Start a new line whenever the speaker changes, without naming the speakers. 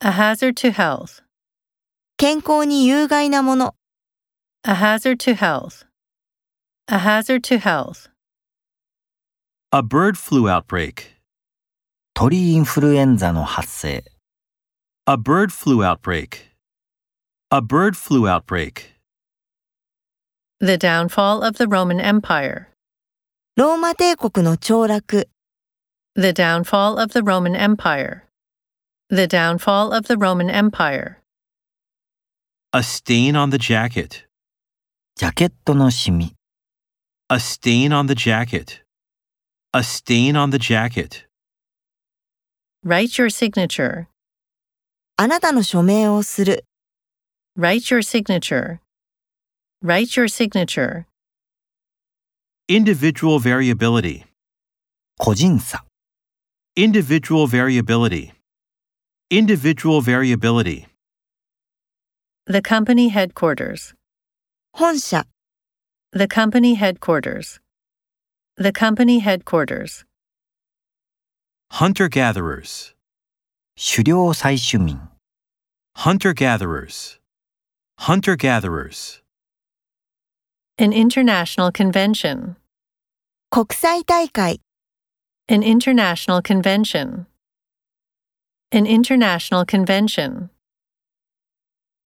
A hazard to health.
健康に有害なもの、
A hazard to health. A hazard to health.
A bird flu outbreak.
鳥インフルエンザの発生。
A bird flu outbreak. A bird flu outbreak.
The downfall of the Roman Empire.
ローマ帝国の凋落、
The downfall of the Roman Empire. The downfall of the Roman Empire.
A stain on the jacket.
ジャケットのシミ。
A stain on the jacket. A stain on the jacket.
Write your signature.
あなたの署名をする、
Write your signature. Write your signature.
Individual variability.
個人差。
Individual variability. Individual variability.
The company headquarters.
本社、
The company headquarters. The company headquarters.
Hunter gatherers.
狩猟採取民。
Hunter gatherers. Hunter gatherers.
An international convention.
国際大会、
An international convention. An international convention.